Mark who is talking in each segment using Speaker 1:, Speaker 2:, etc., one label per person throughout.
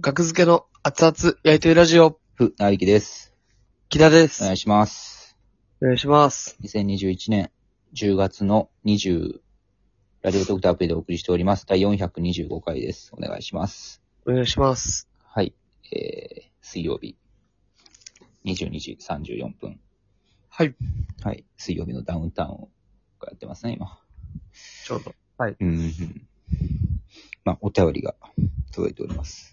Speaker 1: 学付けの熱々焼いてるラジオ、
Speaker 2: ふ、なびきです。
Speaker 1: 木田で
Speaker 2: お
Speaker 1: す。
Speaker 2: 願いします。
Speaker 1: お願いします。
Speaker 2: 2021年10月の20、ラジオトークターアプリでお送りしております。第425回です。お願いします。
Speaker 1: お願いします。
Speaker 2: はい。えー、水曜日、22時34分。
Speaker 1: はい。
Speaker 2: はい。水曜日のダウンタウンをやってますね、今。
Speaker 1: ちょうど。
Speaker 2: うんうん。まあ、お便りが届いております。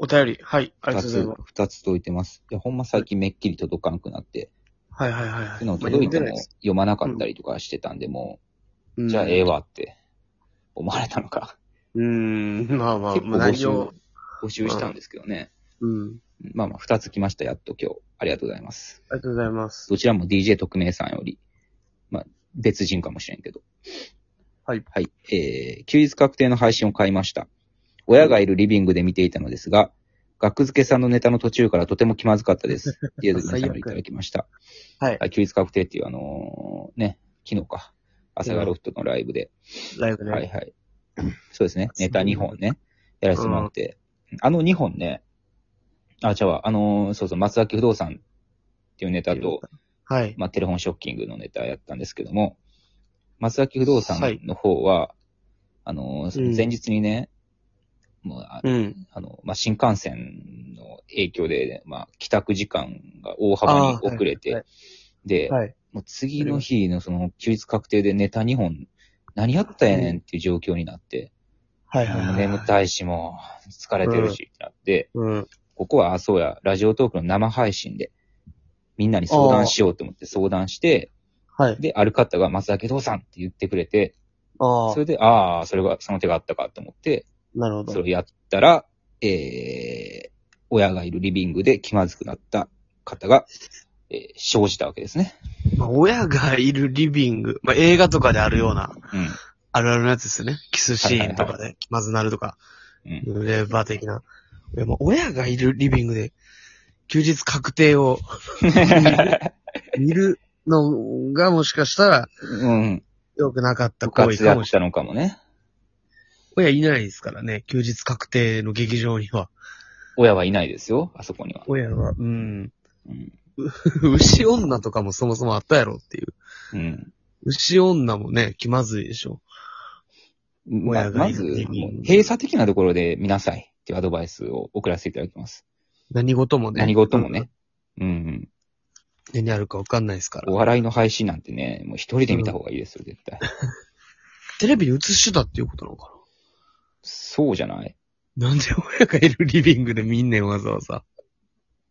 Speaker 1: お便り、はい、ありがと
Speaker 2: 二
Speaker 1: うござい
Speaker 2: つ
Speaker 1: ま、
Speaker 2: 二つ届いてます。いや、ほんま最近めっきり届かんくなって、
Speaker 1: す。はいはいはいはい。
Speaker 2: っていうのを届いても
Speaker 1: まあ
Speaker 2: 読まなかったりとかしてたんで、も
Speaker 1: 読ん
Speaker 2: う、
Speaker 1: でないです
Speaker 2: じゃあええ。わって思われたのか。
Speaker 1: うん、うーんまあまあ、
Speaker 2: 結構
Speaker 1: まあ
Speaker 2: 募
Speaker 1: 内
Speaker 2: 集
Speaker 1: 容。、
Speaker 2: 募集したんですけどね。
Speaker 1: うん。
Speaker 2: まあまあ、二つ来ました、やっと今日。ありがとうございます。
Speaker 1: ありがとうございます。
Speaker 2: どちらも DJ 特命さんより、まあ、別人かもしれんけど。
Speaker 1: はい。
Speaker 2: はい。えー、休日確定の配信を買いました。親がいるリビングで見ていたのですが、学付けさんのネタの途中からとても気まずかったです。って いうのを皆さんよりいただきました。
Speaker 1: はい
Speaker 2: は。い、休日確定っていうあのーね、昨日か。朝がロフトのライブで、
Speaker 1: ライブね。
Speaker 2: はいはい。そうですね。
Speaker 1: そう
Speaker 2: ネタ2本ね。やらせてもらって。あの2本ね、あ、じゃあ、あのーそうそう、松崎不動産っていうネタと、
Speaker 1: はい。
Speaker 2: まあ、テレフォンショッキングのネタやったんですけども、松崎不動産の方は、あのーその前日にね、もうあ、
Speaker 1: うん。
Speaker 2: あの、まあ、新幹線の影響で、まあ、帰宅時間が大幅に遅れて、
Speaker 1: あーはい
Speaker 2: で、
Speaker 1: はい。
Speaker 2: もう次の日のその休日確定でネタ2本、何やったんやねんっていう状況になって、
Speaker 1: はいはい
Speaker 2: も
Speaker 1: は
Speaker 2: う
Speaker 1: い。
Speaker 2: 眠たいしもう疲れてるしってなって、
Speaker 1: うん。
Speaker 2: ここはあ、そうや、ラジオトークの生配信で、みんなに相談しようと思って相談して、
Speaker 1: はい。
Speaker 2: で、ある方が松崎不動産って言ってくれて、
Speaker 1: ああ
Speaker 2: そ、れで、ああ、それが、その手があったかと思って、
Speaker 1: なるほ
Speaker 2: そ
Speaker 1: ど
Speaker 2: れを。やったら、えー、親がいるリビングで気まずくなった方が、えー生じたわけですね。
Speaker 1: まあ、親がいるリビング、まあ映画とかであるような、
Speaker 2: うん。
Speaker 1: あるあるのやつですよね。キスシーンとかで、気まずなるとか。
Speaker 2: うん。
Speaker 1: レバー的な。いや、まあ、親がいるリビングで、休日確定を 見るのが、もしかしたら、
Speaker 2: うん。
Speaker 1: 良くなかった
Speaker 2: 部
Speaker 1: 行為
Speaker 2: 活
Speaker 1: か
Speaker 2: や
Speaker 1: も
Speaker 2: っ
Speaker 1: しれ
Speaker 2: たのかもね。
Speaker 1: ない。親いないですからね、休日確定の劇場には。
Speaker 2: 親はいないですよ、あそこには。
Speaker 1: 親は、うん。
Speaker 2: うん。
Speaker 1: 牛女とかもそもそもあったやろっていう。
Speaker 2: うん。
Speaker 1: 牛女もね、気まずいでしょ。
Speaker 2: ま
Speaker 1: 親が
Speaker 2: ま
Speaker 1: い
Speaker 2: ず、
Speaker 1: る
Speaker 2: もう閉鎖的なところで見なさいっていうアドバイスを送らせていただきます。
Speaker 1: 何事もね。
Speaker 2: 何事もね。。うん。
Speaker 1: 何にあるかわかんないですから
Speaker 2: お。笑いの配信なんてね、もう一人で見た方がいいですよ、絶対。
Speaker 1: テレビに映してたっていうことなのか
Speaker 2: そうじゃない
Speaker 1: ななんで親がいるリビングで見んねん、わざわざ。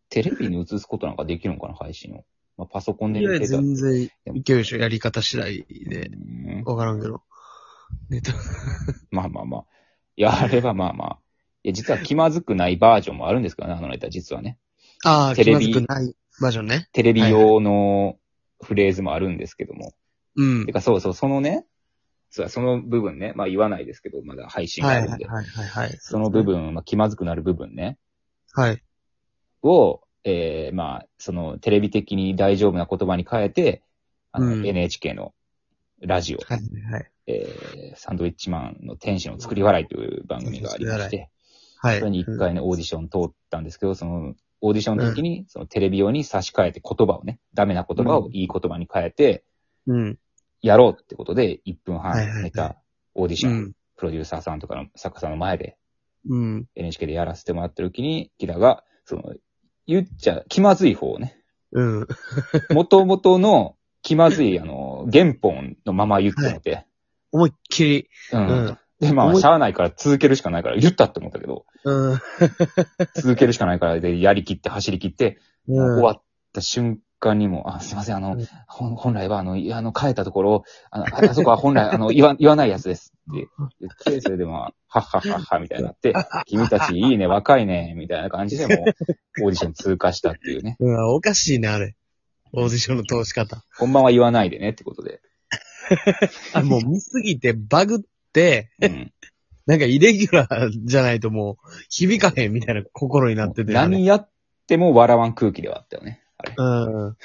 Speaker 2: テレビに映すことなんかできるのかな、配信を。まあ、パソコンで
Speaker 1: いや、
Speaker 2: 見てた。
Speaker 1: 全然いけるでしょ。やり方次第で。
Speaker 2: うん
Speaker 1: わからんけど。ネ タ、
Speaker 2: まあまあまあ。いや、あれはまあまあ。いや、実は気まずくないバージョンもあるんですからね、あのネタ、実はね。
Speaker 1: ああ、
Speaker 2: テ
Speaker 1: 気
Speaker 2: レ
Speaker 1: ま
Speaker 2: ビ
Speaker 1: ずくないバージョンね。
Speaker 2: テレビ用のフレーズもあるんですけども。
Speaker 1: うん
Speaker 2: て。か、そうそう、そのね、実はその部分ね、まあ言わないですけど、まだ配信が
Speaker 1: は
Speaker 2: あ
Speaker 1: い
Speaker 2: る
Speaker 1: はい
Speaker 2: んで、
Speaker 1: はいはいはい。
Speaker 2: その部。分、まあ気まずくなる部分ね、
Speaker 1: はい。
Speaker 2: を、えー、まあ、そのテレビ的に大丈夫な言葉に変えて、あの、
Speaker 1: うん
Speaker 2: NHK のラジオ、
Speaker 1: はいはい。
Speaker 2: えー、サンドウィッチマンの天使の作り笑いという番組がありまして、
Speaker 1: はい。
Speaker 2: それに一回ね、オーディション通ったんですけど、その、オーディションの時に、そのテレビ用に差し替えて言葉をね、ダメな言葉をいい言葉に変えて、
Speaker 1: うん。
Speaker 2: やろうってことで、1分
Speaker 1: はいはいは
Speaker 2: 半
Speaker 1: い
Speaker 2: ネタ、オーディシ
Speaker 1: う
Speaker 2: ョン
Speaker 1: ん。
Speaker 2: プロデューサーさんとかの作家さんの前で
Speaker 1: うん。
Speaker 2: NHK でやらせてもらってる時に、キラが、その、言っちゃ気まずい方をね、
Speaker 1: うん。
Speaker 2: 元々の気まずい、あの、原本のまま言ってもらって、
Speaker 1: 思いっきり。
Speaker 2: うん。
Speaker 1: うん
Speaker 2: で、まあ、
Speaker 1: 思い
Speaker 2: しゃあないから続けるしかないから、言ったって思ったけど、
Speaker 1: うん。
Speaker 2: 続けるしかないからで、やりきって走りきって、終
Speaker 1: うん。
Speaker 2: わった瞬間にも、あ、すいません、あの、
Speaker 1: うん
Speaker 2: ほん本来は、あの、いあの、変えたところ、あの、 ああそこは本来、あの、言わ、言わないやつですって言って、それでまあ、はっはっはっは、みたいに なって、君たちいいね、若いね、みたいな感じでもう、オーディション通過したっていうね。
Speaker 1: うん。おかしいね、あれ。オーディションの通し方。
Speaker 2: 本番は言わないでねってことで。
Speaker 1: あ、もう見すぎてバグって、
Speaker 2: うん。
Speaker 1: なんかイレギュラーじゃないともう響かへんみたいな心になってて。あれ
Speaker 2: 何やっても笑わん空気ではあったよね。あれ。
Speaker 1: うん。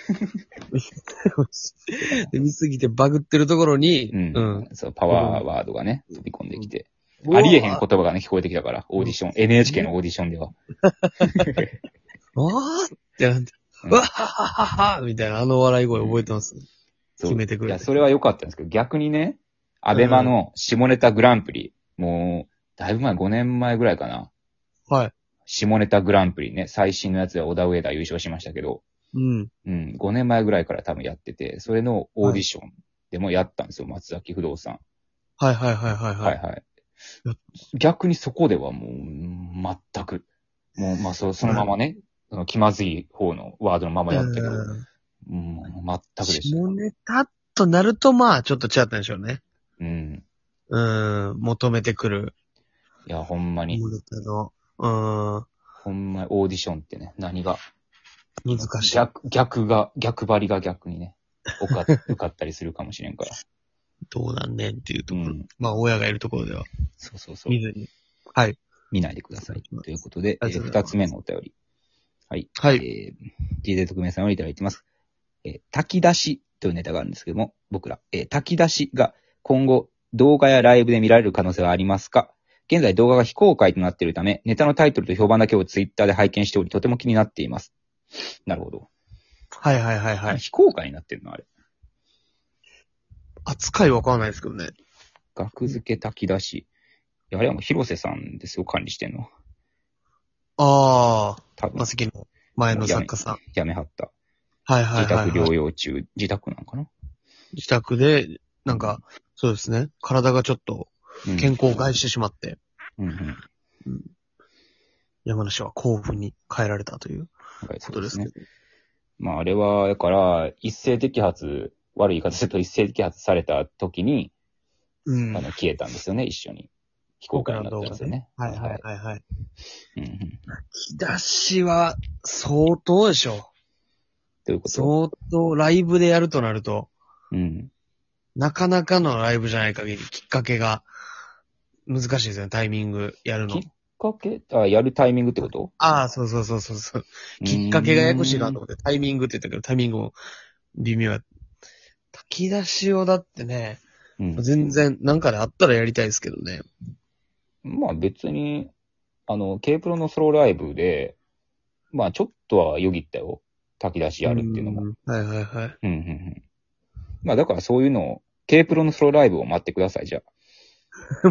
Speaker 1: で見すぎてバグってるところに、
Speaker 2: うん。そう、パワーワードがね、飛び込んできて。
Speaker 1: うわ
Speaker 2: ありえへん言葉がね、聞こえてきたから、オーディション、NHK のオーディションでは。
Speaker 1: わーってなって、
Speaker 2: うん
Speaker 1: わっはっはっはっはみたいな、あの笑い声覚えてます。
Speaker 2: そう
Speaker 1: 決めてくれ
Speaker 2: い
Speaker 1: て
Speaker 2: や、それは良かったんですけど、逆にね、アベマの下ネタグランプリ、もう、だいぶ前、5年前ぐらいかな。
Speaker 1: はい。
Speaker 2: 下ネタグランプリね、最新のやつで小田上田優勝しましたけど、
Speaker 1: うん。
Speaker 2: うん、5年前ぐらいから多分やってて、それのオーディションでもやったんですよ、松崎不動産。
Speaker 1: はいはいはいはいは
Speaker 2: はい
Speaker 1: い。
Speaker 2: はい
Speaker 1: やっ。
Speaker 2: 逆にそこではもううん、全く。もう、まあ、そう、そのままね、その気まずい方のワードのままやったけど、うん、
Speaker 1: うん
Speaker 2: 全くでした。
Speaker 1: 下ネタとなると、まあ、ちょっと違ったんでしょうね。
Speaker 2: うん。
Speaker 1: うん、求めてくる。
Speaker 2: いや、ほんまに、
Speaker 1: 下ネタの、うん、
Speaker 2: ほんまにオーディションってね、何が、
Speaker 1: 難しい。
Speaker 2: 逆、逆が、逆張りが逆にね、受 か受かったりするかもしれんから。
Speaker 1: どうなんねんっていうと
Speaker 2: う
Speaker 1: ころ。
Speaker 2: ん。
Speaker 1: まあ、親がいるところでは、
Speaker 2: そうそうそう
Speaker 1: 見。ずに。はい。
Speaker 2: 見ないでください。ということで、え
Speaker 1: あ
Speaker 2: ー
Speaker 1: りがとうござい
Speaker 2: 二
Speaker 1: ます
Speaker 2: つ目のお便り。はい。
Speaker 1: はい。
Speaker 2: えー、DJ 特命さんよりいただいてます。えー炊き出しというネタがあるんですけども、僕ら、えー炊き出しが今後動画やライブで見られる可能性はありますか現在動画が非公開となっているため、ネタのタイトルと評判だけをツイッターで拝見しており、とても気になっています。なるほど。
Speaker 1: はいはいはいはい。
Speaker 2: 非公開になってるのあれ。
Speaker 1: 扱いわからないですけどね。
Speaker 2: 額付け炊き出し。いやあれはもう広瀬さんですよ、管理してんの。
Speaker 1: ああ、
Speaker 2: 多分
Speaker 1: ま、さきの前の作家さん。
Speaker 2: やめはった。
Speaker 1: はいはい
Speaker 2: 自
Speaker 1: はい、はい。
Speaker 2: 宅療養中、自宅なんかな
Speaker 1: 自宅で、なんか、そうですね。体がちょっと
Speaker 2: うん
Speaker 1: 健康を害してしまって、
Speaker 2: うんうん。なん
Speaker 1: 山梨は甲府に帰られたという
Speaker 2: かそ
Speaker 1: こ
Speaker 2: う
Speaker 1: と
Speaker 2: で
Speaker 1: ですす
Speaker 2: ね
Speaker 1: ね。。
Speaker 2: まああれは、だから、一斉摘発、悪い言い方すると一斉摘発された時に、
Speaker 1: うん。
Speaker 2: あ
Speaker 1: はい
Speaker 2: の、消えたんですよね、一緒に。非公開になったんですよね。
Speaker 1: はいはいはい。
Speaker 2: うんうん
Speaker 1: 引き出しは相当でしょ。
Speaker 2: ということ
Speaker 1: 相当ライブでやるとなると、
Speaker 2: うん。
Speaker 1: なかなかのライブじゃない限りきっかけが難しいですよね。タイミングやるの
Speaker 2: き。かけ、あ、やるタイミングってこと
Speaker 1: ああ、そうそうそうそうそう。きっかけがややこしいなと
Speaker 2: う
Speaker 1: 思って、タイミングって言ったけど、タイミングも微妙や。炊き出しをだってね、
Speaker 2: ーんうん
Speaker 1: 全然、なんかであったらやりたいですけどね。
Speaker 2: まあ別に、あの、K プロのソロライブで、まあちょっとはよぎったよ。炊き出しやるっていうのも。
Speaker 1: ん。はいはいはい。
Speaker 2: うんうんうん。まあだからそういうのを、K プロのソロライブを待ってください、じゃ あ。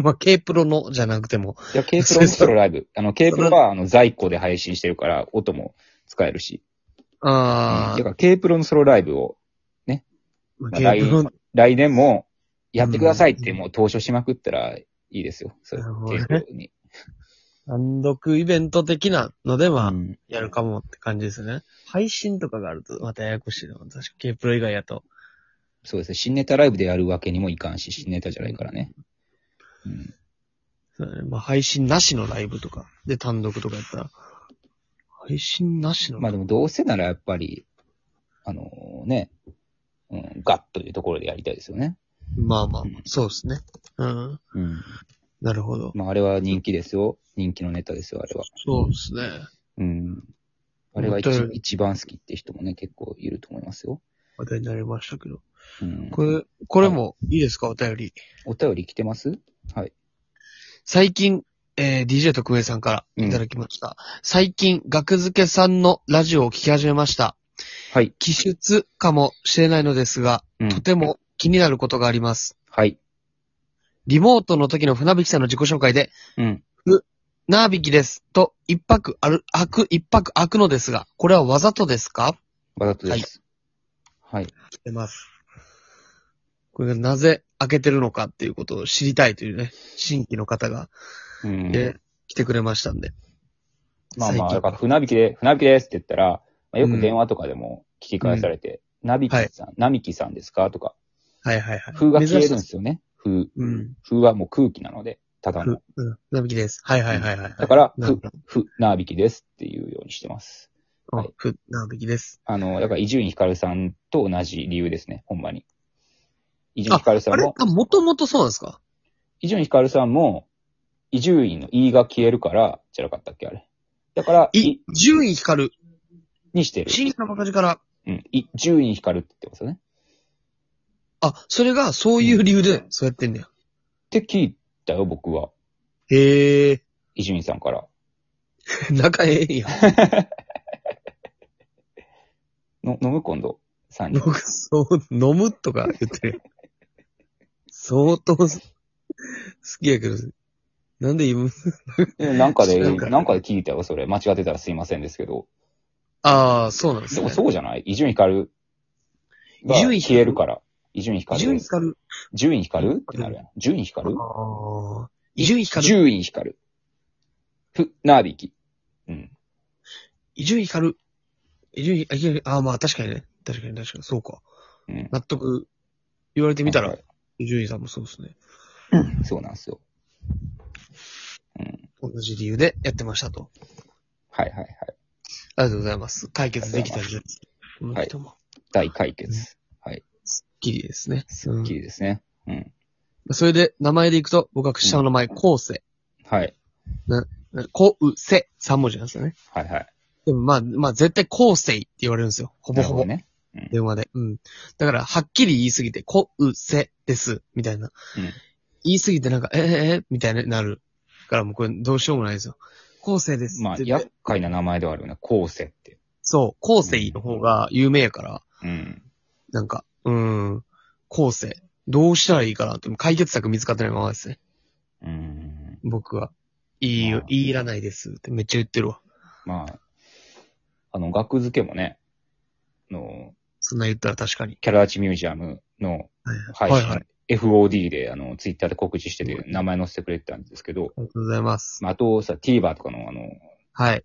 Speaker 1: まあ、K プロのじゃなくても。
Speaker 2: いや、K プロのソロライ ブ。あの、K プロは、あの、在庫で配信してるから、音も使えるし。
Speaker 1: あ
Speaker 2: うんだから、K プロのソロライブを、
Speaker 1: あ、
Speaker 2: まあ
Speaker 1: K プロ、
Speaker 2: 来年も、やってくださいって、もう投書しまくったら、いいですよ。そう
Speaker 1: なるほ、ど
Speaker 2: K
Speaker 1: ね
Speaker 2: プロに。
Speaker 1: 単独イベント的なので
Speaker 2: う
Speaker 1: は、
Speaker 2: ん
Speaker 1: やるかもって感じですね。配信とかがあると、またややこしいの。確か K プロ以外やと。
Speaker 2: そうですね。新ネタライブでやるわけにもいかんし、新ネタじゃないからね。うん。
Speaker 1: そうだね。まあ、配信なしのライブとか、で単独とかやったら、配信なしの
Speaker 2: まあでも、どうせならやっぱり、あのね、うん、ガッというところでやりたいですよね。
Speaker 1: まあまあ
Speaker 2: うん、
Speaker 1: そうですね。うん。
Speaker 2: うん。
Speaker 1: なるほど。
Speaker 2: まあ、あれは人気ですよ。人気のネタですよ、あれは。
Speaker 1: そうですね。
Speaker 2: うん。あれが一
Speaker 1: 本当に
Speaker 2: 一番好きって人もね、結構いると思いますよ。
Speaker 1: 話題になりましたけど。
Speaker 2: うん。
Speaker 1: これ、これもいいですかお便り。
Speaker 2: お便り来てます
Speaker 1: 最近、えー、DJ 特命さんからいただきました。最近、学付けさんのラジオを聞き始めました。
Speaker 2: はい。
Speaker 1: 気質かもしれないのですが、
Speaker 2: うん。
Speaker 1: とても気になることがあります。
Speaker 2: はい。
Speaker 1: リモートの時の船引きさんの自己紹介で、
Speaker 2: うん。
Speaker 1: なあびきですと、一泊ある、開く、一泊開くのですが、これはわざとですか
Speaker 2: わざとです。はい。
Speaker 1: 来てます。これがなぜ開けてるのかっていうことを知りたいというね、新規の方が、
Speaker 2: うん。
Speaker 1: え来てくれましたんで。
Speaker 2: まあま
Speaker 1: 最
Speaker 2: あ、
Speaker 1: 近
Speaker 2: だから船引きで、船引きですって言ったら、まあ、よく電話とかでも聞き返されて、ナビキさん、ナミキさんですかとか、
Speaker 1: はいはいはい。
Speaker 2: 風が消えるん
Speaker 1: 珍
Speaker 2: で
Speaker 1: しい
Speaker 2: すよね。風。
Speaker 1: うん。
Speaker 2: 風はもう空気なので、ただ
Speaker 1: ふ
Speaker 2: の。
Speaker 1: うん。なびきです。はいはいはいはい。
Speaker 2: だから、
Speaker 1: な
Speaker 2: ふ、ふ、なびきですっていうようにしてます。はい
Speaker 1: ふ、なびきです。
Speaker 2: あの、だから伊集院光さんと同じ理由ですね、ほんまに。伊集院光さ
Speaker 1: あ
Speaker 2: ん
Speaker 1: れ
Speaker 2: も、
Speaker 1: あ、もともとそうなんですか
Speaker 2: 伊集院光さんも、伊集院の「い」が消えるから、じゃなかったっけ、あれ。だから、
Speaker 1: い、順位光る。
Speaker 2: にしてる。
Speaker 1: 新規の形から。
Speaker 2: うん。伊集院光って言ってますよね。
Speaker 1: あ、それがそういう理由で、そうやってんだよ。
Speaker 2: って聞いたよ、僕は。
Speaker 1: へ え、
Speaker 2: 伊集院さんから。
Speaker 1: 仲ええんや。
Speaker 2: の、飲む今度、さんに。
Speaker 1: 僕、そう、飲むとか言ってるやん。相当好きやけど、なんで今、
Speaker 2: えなんかで、
Speaker 1: なんか
Speaker 2: なんかで聞いたよ、それ。間違ってたらすいませんですけど。
Speaker 1: ああ、そうなんです
Speaker 2: で
Speaker 1: ね
Speaker 2: も。そうじゃない伊集院光が
Speaker 1: 伊集院
Speaker 2: 消
Speaker 1: 光
Speaker 2: えるから。伊集院光。
Speaker 1: 伊集院光る。
Speaker 2: 伊集院光ってなるやん。伊集院光
Speaker 1: ああ。伊集院
Speaker 2: 伊
Speaker 1: 光る。
Speaker 2: 集院光。ふ、なびき。うん。
Speaker 1: 伊集院光る。伊集院、あ、いやあーまあ確かにね。確かに確かに。そうか。
Speaker 2: うん。
Speaker 1: 納得、言われてみた
Speaker 2: は
Speaker 1: ら
Speaker 2: い、。
Speaker 1: 伊集院さんもそうですね。
Speaker 2: そうなんですよ。うん。
Speaker 1: 同じ理由でやってましたと。
Speaker 2: はいはいはい。
Speaker 1: ありがとうございます。解決できたんじゃないですか。こ
Speaker 2: が
Speaker 1: の
Speaker 2: と
Speaker 1: 人も。
Speaker 2: 大解決。
Speaker 1: ギリですね。
Speaker 2: すっきりですね。うん。
Speaker 1: それで、名前でいくと、僕は下の名前、こうせ。
Speaker 2: はい。
Speaker 1: こうせ。3文字なんですよね。
Speaker 2: はいはい。
Speaker 1: でもまあ、まあ絶対こうせいって言われるんですよ。ほぼ
Speaker 2: なる
Speaker 1: ほ
Speaker 2: ほ
Speaker 1: ぼ
Speaker 2: ど。ね。
Speaker 1: 電話で。うん。だから、はっきり言いすぎて、こうせです、みたいな。
Speaker 2: うん
Speaker 1: 言いすぎてなんか、ええええみたいになる。からもうこれどうしようもないですよ。後世です。
Speaker 2: まあ、
Speaker 1: 絶対
Speaker 2: 厄介な名前ではあるよね。後世って。
Speaker 1: そう、後世の方が有名やから、
Speaker 2: うん。
Speaker 1: なんか、うーん、後世。どうしたらいいかなって、解決策見つかってないままですね。
Speaker 2: うん。
Speaker 1: 僕は。いいよ
Speaker 2: あ、ー
Speaker 1: いいらないですってめっちゃ言ってるわ。
Speaker 2: まあ、あの、学付けもね、の、
Speaker 1: そんな言ったら確かに。
Speaker 2: キャラ立ちミュージアムの
Speaker 1: はい
Speaker 2: 配
Speaker 1: は
Speaker 2: 信、
Speaker 1: い。はいはい。
Speaker 2: FOD で、あの、ツイッターで告知してて、名前載せてくれてたんですけど、
Speaker 1: ありがとうございます。
Speaker 2: まあ、あとさ、TVer とかの、あの、
Speaker 1: はい。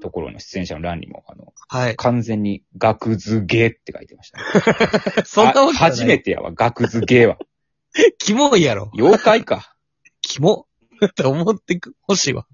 Speaker 2: ところの出演者の欄にも、あの、
Speaker 1: はい。
Speaker 2: 完全に、学図ゲーって書いてました、ね。
Speaker 1: そんなわけじゃない
Speaker 2: あ初めてやわ、学図ゲーは。
Speaker 1: キモいやろ。
Speaker 2: 妖怪か。
Speaker 1: キモって思ってほしいわ。